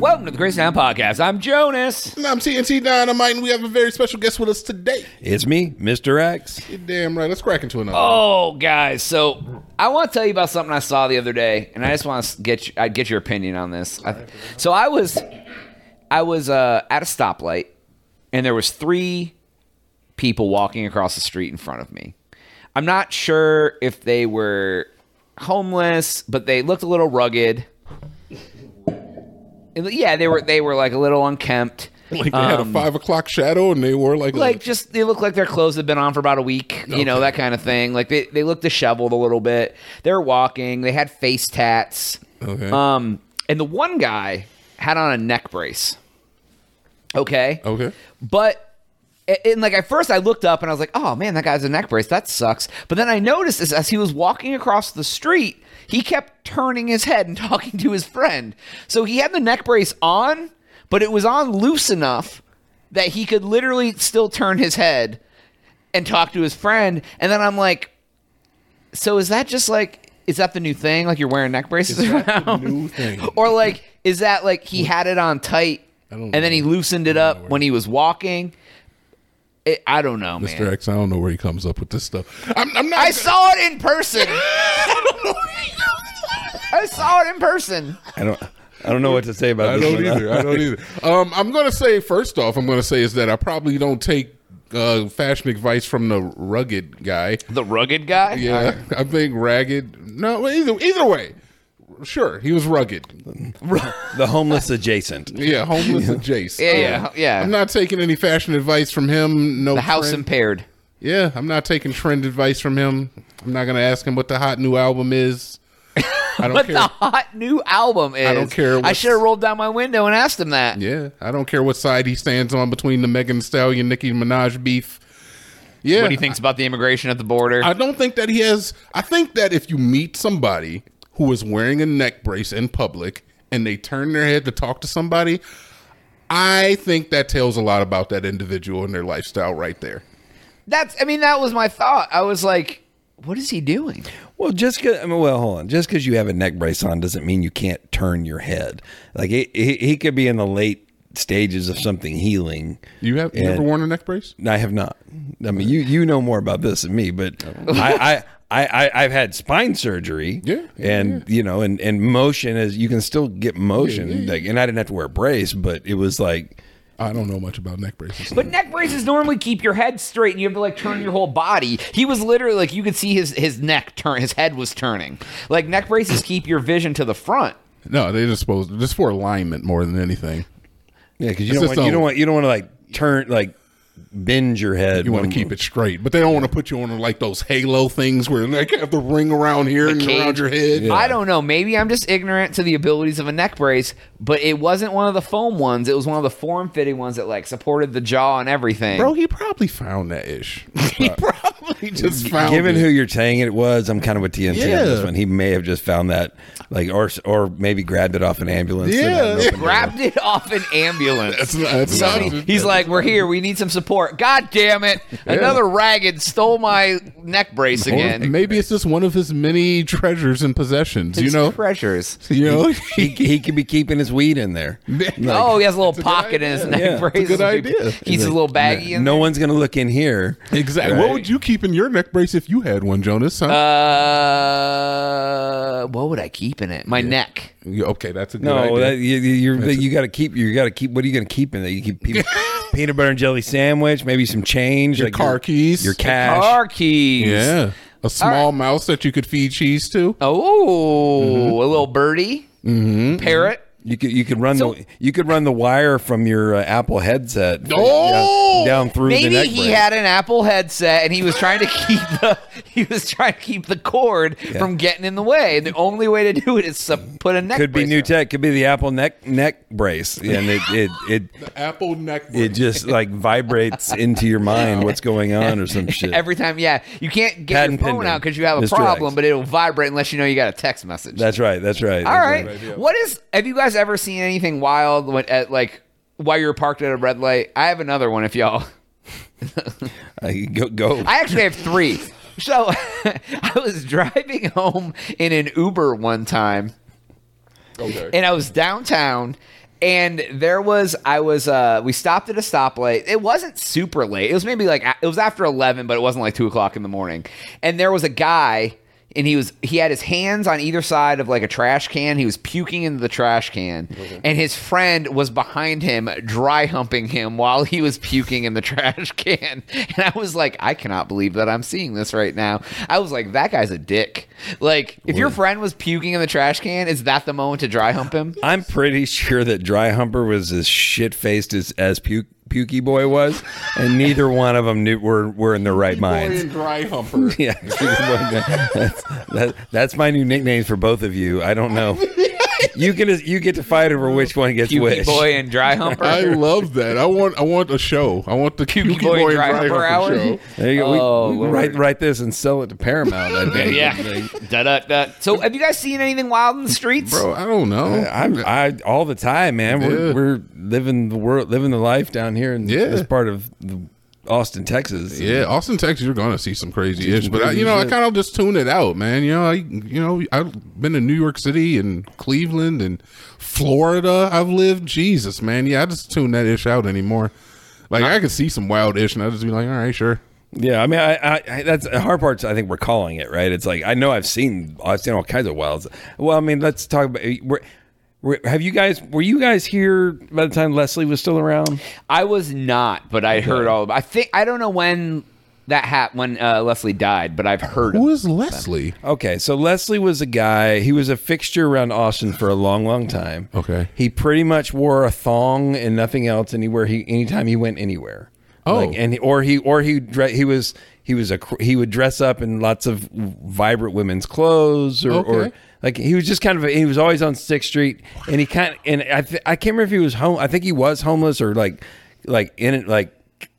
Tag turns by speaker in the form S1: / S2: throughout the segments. S1: Crazytown Podcast. I'm Jonas.
S2: And I'm TNT Dynamite, and we have a very special guest with us today.
S3: It's me, Mr. X.
S2: You're damn right. Let's crack into another.
S1: Oh, guys. So I want to tell you about something I saw the other day, and I just want to get I get your opinion on this. I- so I was I was uh, at a stoplight, and there was three people walking across the street in front of me. I'm not sure if they were homeless, but they looked a little rugged. And yeah, they were they were like a little unkempt.
S2: Like they had a five o'clock shadow, and they wore like,
S1: like just they look like their clothes have been on for about a week you know that kind of thing like they, they look disheveled a little bit they're walking they had face tats
S2: Okay.
S1: um and the one guy had on a neck brace okay
S2: okay.
S1: but a- and like at first I looked up and I was like, oh man, that guy's a neck brace. That sucks. But then I noticed this as he was walking across the street, he kept turning his head and talking to his friend. So he had the neck brace on, but it was on loose enough that he could literally still turn his head and talk to his friend. And then I'm like, so is that just like is that the new thing? Like you're wearing neck braces around?
S2: New thing.
S1: or like is that like he had it on tight
S2: I don't
S1: and then
S2: know.
S1: he loosened it up when he was walking it, i don't know man
S2: Mr. X, I don't know where he comes up with this stuff. I'm, I'm not.
S1: i saw it in person i saw it in person
S3: I don't I don't know what to say about
S2: I
S3: this.
S2: don't
S3: one.
S2: either. I don't either. Um, I'm gonna say first off, I'm gonna say is that I probably don't take uh, fashion advice from the rugged guy.
S1: the rugged guy
S2: Yeah, I think ragged. No, either either way. Sure, he was rugged.
S3: The homeless adjacent.
S2: Yeah, homeless Um, adjacent.
S1: Yeah, yeah, yeah.
S2: I'm not taking any fashion advice from him. No
S1: the house
S2: trend-
S1: impaired
S2: Yeah, I'm not taking trend advice from him. I'm not gonna ask him what the hot new album is. I don't
S1: but
S2: care.
S1: the hot new album is
S2: I don't
S1: i
S2: care what's-
S1: should have rolled down my window and asked him that
S2: yeah, I don't care what side he stands on between the Megan Thee Stallion, Nicki Minaj beef. Yeah,
S1: what he thinks about the immigration at the border
S2: I don't think that he has. I think that if you meet somebody who is wearing a neck brace in public and they turn their head to talk to somebody, I think that tells a lot about that individual and their lifestyle right there.
S1: that's i mean that was my thought i was like what is he doing
S3: Well, just 'cause- I mean, well, hold on. Just because you have a neck brace on doesn't mean you can't turn your head. Like he, he, he could be in the late stages of something healing.
S2: You have you
S3: And-
S2: ever worn a neck brace?
S3: I have not. I mean, you you know more about this than me, but I. I I, I, I've had spine surgery,
S2: Oh. Yeah, yeah,
S3: and you know, and, and motion is you can still get motion, like, and I didn't have to wear a brace, but it was like
S2: I don't know much about neck braces.
S1: But neck braces normally keep your head straight, and you have to like turn your whole body. He was literally like you could see his his neck turn, his head was turning. Like neck braces keep your vision to the front.
S2: no, they just supposed just for alignment more than anything.
S3: Yeah, because you
S2: It's
S3: don't
S2: just
S3: want, you
S2: all-
S3: don't want you don't want to like turn like bend your head.
S2: You want to keep it straight, but they don't want to put you on like those halo things where like have the ring around here and around
S1: Cage.
S2: your head.
S1: I don't know. Maybe I'm just ignorant to the abilities of a neck brace, but it wasn't one of the foam ones. It was one of the form fitting ones that like supported the jaw and everything.
S2: Bro, he probably found that ish. he probably just found
S3: Given
S2: it.
S3: who you're saying it was, I'm kind of with TNT on
S2: Yeah.
S3: this one. He may have just found that, like, or or maybe grabbed it off an ambulance. and
S2: Yeah,
S3: opened
S2: yeah.
S3: it up.
S1: Grabbed it off an ambulance.
S2: That's not- that's
S1: Somebody-
S2: not-
S1: he's like, "We're here. We need some support." God damn it! Another ragged stole my neck brace
S2: Or
S1: again.
S2: maybe it's just one of his many treasures and possessions. you
S1: His
S2: know,
S1: treasures.
S2: you know,
S3: He, he could be keeping his weed in there.
S1: oh, he has a little pocket in his neck
S3: Yeah, it's a
S1: brace.
S2: good idea.
S1: He's a little baggy. in
S3: No one's gonna look in here.
S2: exactly. What would you keep in your neck brace if you had one, Jonas? Huh?
S1: there. Uh, what would I keep in it? My neck.
S2: Yeah, okay, that's a good
S3: No,
S2: idea.
S3: that, you, you, you're, you got to keep. You got to keep. What are you gonna keep in there? You keep pe- peanut butter and jelly sandwich, maybe some change,
S2: Your car keys.
S3: your cash.
S1: Car keys.
S2: yeah, a small mouse that you could feed cheese to.
S1: Oh,
S3: Mm-hmm.
S1: a little birdie. Parrot.
S3: You could you could run the you could run the wire from your uh, Apple headset
S2: Oh!
S3: down, down through the
S1: Maybe
S3: neck
S1: he
S3: brace.
S1: had an Apple headset and he was trying to keep the he was trying to keep the cord from getting in the way. And the only way to do it is to put a neck.
S3: could be
S1: brace
S3: new
S1: around.
S3: tech could be the Apple neck neck brace and it it it,
S2: Apple neck
S3: it
S2: brace.
S3: just like vibrates into your mind what's going on or some shit.
S1: Every time, yeah, you can't get
S3: Patent
S1: your phone
S3: pending.
S1: out because you have a
S3: Mr.
S1: problem,
S3: X.
S1: but it'll vibrate unless you know you got a text message.
S3: that's right. That's right.
S1: All
S3: that's
S1: right. What is? Have you guys ever seen anything wild when, at like while you were parked at a red light? I have another one. If y'all,
S3: I- go go.
S1: I actually have three. So I was driving home in an Uber one time,
S2: Okay.
S1: and I was downtown, and there was I was uh we stopped at a stoplight. It wasn't super late. It was maybe like it was after eleven, but it wasn't like two o'clock in the morning. And there was a guy, and he was he had his hands on either side of like a trash can. He was puking into the trash can, and his friend was behind him, dry humping him while he was puking in the trash can. And I was like, I cannot believe that I'm seeing this right now. I was like, that guy's a dick. Like, if your friend was puking in the trash can, is that the moment to dry hump him?
S3: I'm pretty sure that Dry Humper was as shit faced as, as Puke, Pukey Boy was, and neither one of them knew, were, were in their right minds.
S2: and dry humper.
S3: Yeah, that's, that, that's my new nickname for both of you. I don't know. You can you get to fight over which one gets
S1: Pukey
S3: which.
S1: Oh, boy and dry humper.
S2: I love that. I want. I want a show. I want the Pukey,
S1: Boy and
S2: Boy, and
S1: Dry Humper
S2: Dry Humper
S1: Hour.
S2: show.
S3: There you go. We-
S1: Oh,
S3: we, can
S1: Lord.
S3: write write this and sell it to Paramount. I think.
S1: yeah. da, da, da. So, have you guys seen anything wild in the streets?
S2: Bro, I don't know.
S3: I'm I all the time, man. We're
S2: Yeah.
S3: we're living the world, living the life down here in
S2: Yeah.
S3: this part of the, Austin, Texas.
S2: Yeah, Austin, Texas, you're gonna see some crazy ish,
S3: some
S2: but I,
S3: crazy
S2: you know, I
S3: shit.
S2: kind of just tune it out, man. You know, I, you know, I've been to New York City and Cleveland and Florida. I've lived, Jesus, man. Yeah, I just tune that ish out anymore. Like I, could see some wild ish, and I just be like, all right, sure.
S3: Yeah, I mean, I, I, I that's the hard part. I think we're calling it right. It's like I know I've seen I've seen all kinds of wilds. Well, I mean, let's talk about. We're, we're, have you guys? Were you guys here by the time Leslie was still around?
S1: I was not, but I heard all. About, I think I don't know when that happened when uh, Leslie died, but I've heard.
S2: Who
S1: Of,
S2: is Leslie?
S3: Okay, so Leslie was a guy. He was a fixture around Austin for a long, long time.
S2: Okay.
S3: he pretty much wore a thong and nothing else anywhere. He anytime he went anywhere.
S2: Oh.
S3: and or he or he dre- he was he was a cr- he would dress up in lots of vibrant women's clothes or, or
S2: Okay.
S3: like he was just kind of a, he was always on Sixth Street and he kind of and I th- I can't remember if he was home. I think he was homeless or like like in it like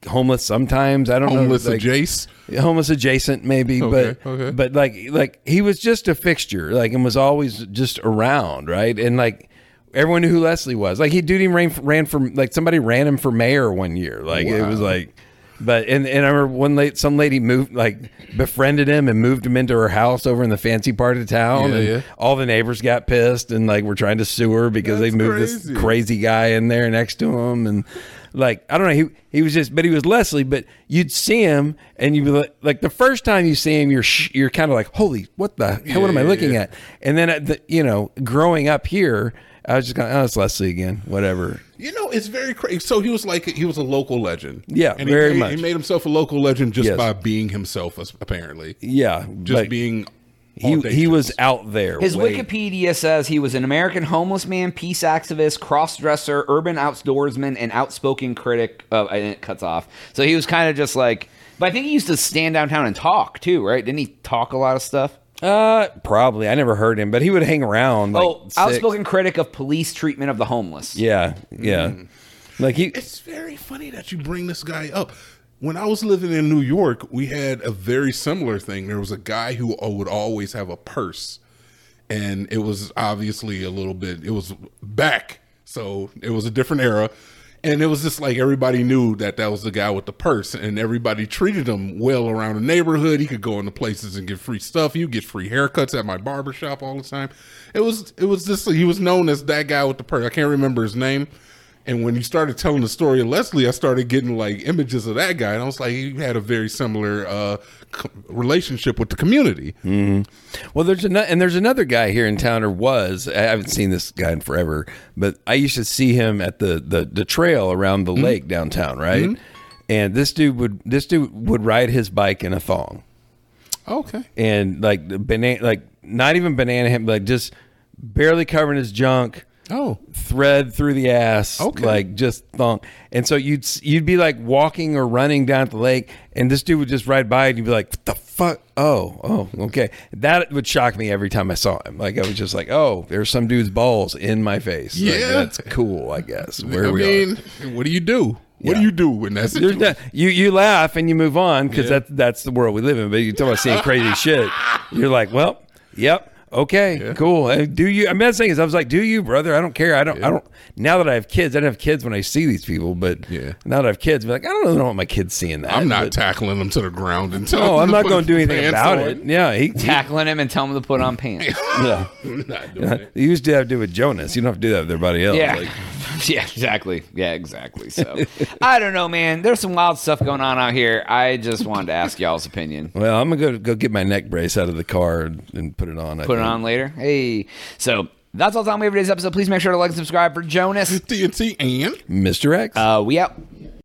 S3: homeless sometimes. I don't
S2: Homeless
S3: know
S2: like,
S3: like-
S2: Jace.
S3: homeless adjacent maybe
S2: Okay,
S3: but
S2: okay.
S3: but like like he was just a fixture like and was always just around right and like everyone knew who leslie was like he dude he ran, ran for like somebody ran him for mayor one year like it was like but and, and I remember one late some lady moved like befriended him and moved him into her house over in the fancy part of town
S2: Yeah,
S3: and
S2: yeah.
S3: all the neighbors got pissed and like were trying to sue her because
S2: That's
S3: they moved
S2: crazy.
S3: this crazy guy in there next to him and like I don't know he he was just but he was Leslie but you'd see him and you'd be like, like the first time you see him you're sh- you're kind of like holy what the hell what am I
S2: yeah,
S3: looking
S2: yeah.
S3: at and then at the, you know growing up here I was just going oh it's Leslie again whatever
S2: You know, it's very crazy. So he was like he was a local legend.
S3: Yeah,
S2: and he
S3: very
S2: made,
S3: much.
S2: He made himself a local legend just
S3: Yes.
S2: by being himself, as- apparently.
S3: yeah
S2: Just
S3: like,
S2: being.
S3: he he
S2: audacious.
S3: was out there
S1: his
S3: way-
S1: Wikipedia says he was an American homeless man, peace activist, cross-dresser, urban outdoorsman, and outspoken critic. Uh, and it cuts off. So he was kind of just like. But I think he used to stand downtown and talk too, right? Didn't he talk a lot of stuff?
S3: uh probably I never heard him but he would hang around like,
S1: oh,
S3: six-
S1: outspoken critic of police treatment of the homeless.
S3: yeah yeah
S1: Mm.
S3: like he
S2: It's very funny that you bring this guy up. When I was living in New York, we had a very similar thing. There was a guy who would always have a purse, and it was obviously a little bit. It was back, so it was a different era, and it was just like everybody knew that that was the guy with the purse, and everybody treated him well around the neighborhood. He could go into places and get free stuff. You get free haircuts at my barber shop all the time. It was it was just he was known as that guy with the purse. I can't remember his name. And when you started telling the story of Leslie, I started getting like images of that guy, and I was like, he had a very similar uh, co- relationship with the community.
S3: Well, there's another, and there's another guy here in town, or was. I haven't seen this guy in forever, but I used to see him at the the, the trail around the lake downtown, right? And this dude would this dude would ride his bike in a thong,
S2: Okay,
S3: and like the banana, like not even banana him, like just barely covering his junk.
S2: Oh.
S3: thread through the ass,
S2: Okay.
S3: like just thong. And so you'd s- you'd be like walking or running down at the lake, and this dude would just ride by, and you'd be like, "What the fuck? Oh, oh, okay." That would shock me every time I saw him. Like I was just like, "Oh, there's some dude's balls in my face." Like,
S2: Yeah.
S3: that's cool, I guess. Where
S2: I
S3: we are.
S2: mean, what do you do? What do you do in that
S3: There's
S2: situation?
S3: no- you you laugh and you move on because that that's the world we live in. But you talk about seeing crazy shit. You're like, well, yep, okay, cool. Uh, Do you? I'm not saying is I was like, do you, brother? I don't care. I don't. I don't. Now that I have kids, I don't have kids when I see these people. But
S2: Yeah.
S3: now that I have kids, I'm like, I don't really want my kids seeing that.
S2: I'm not
S3: But,
S2: tackling him to the ground and telling.
S3: no,
S2: him
S3: I'm
S2: to
S3: not
S2: put
S3: going to do
S2: his
S3: anything
S2: pants
S3: about
S2: on.
S3: it. Yeah, he. he
S1: Tackling him and telling him to put on pants.
S3: yeah.
S2: I'm not doing it.
S3: You used to have to do with Jonas. You don't have to do that with everybody else.
S1: Yeah.
S3: Like,
S1: Yeah, exactly. Yeah, exactly. So I don't know, man. There's some wild stuff going on out here. I just wanted to ask y'all's opinion.
S3: Well, I'm gonna go go get my neck brace out of the car and, and put it on. I
S1: Put it
S3: think.
S1: on later. Hey. So that's all the time we have for today's episode. Please make sure to like and subscribe for Jonas.
S2: TNT and.
S3: Mr. X.
S1: Uh, we out.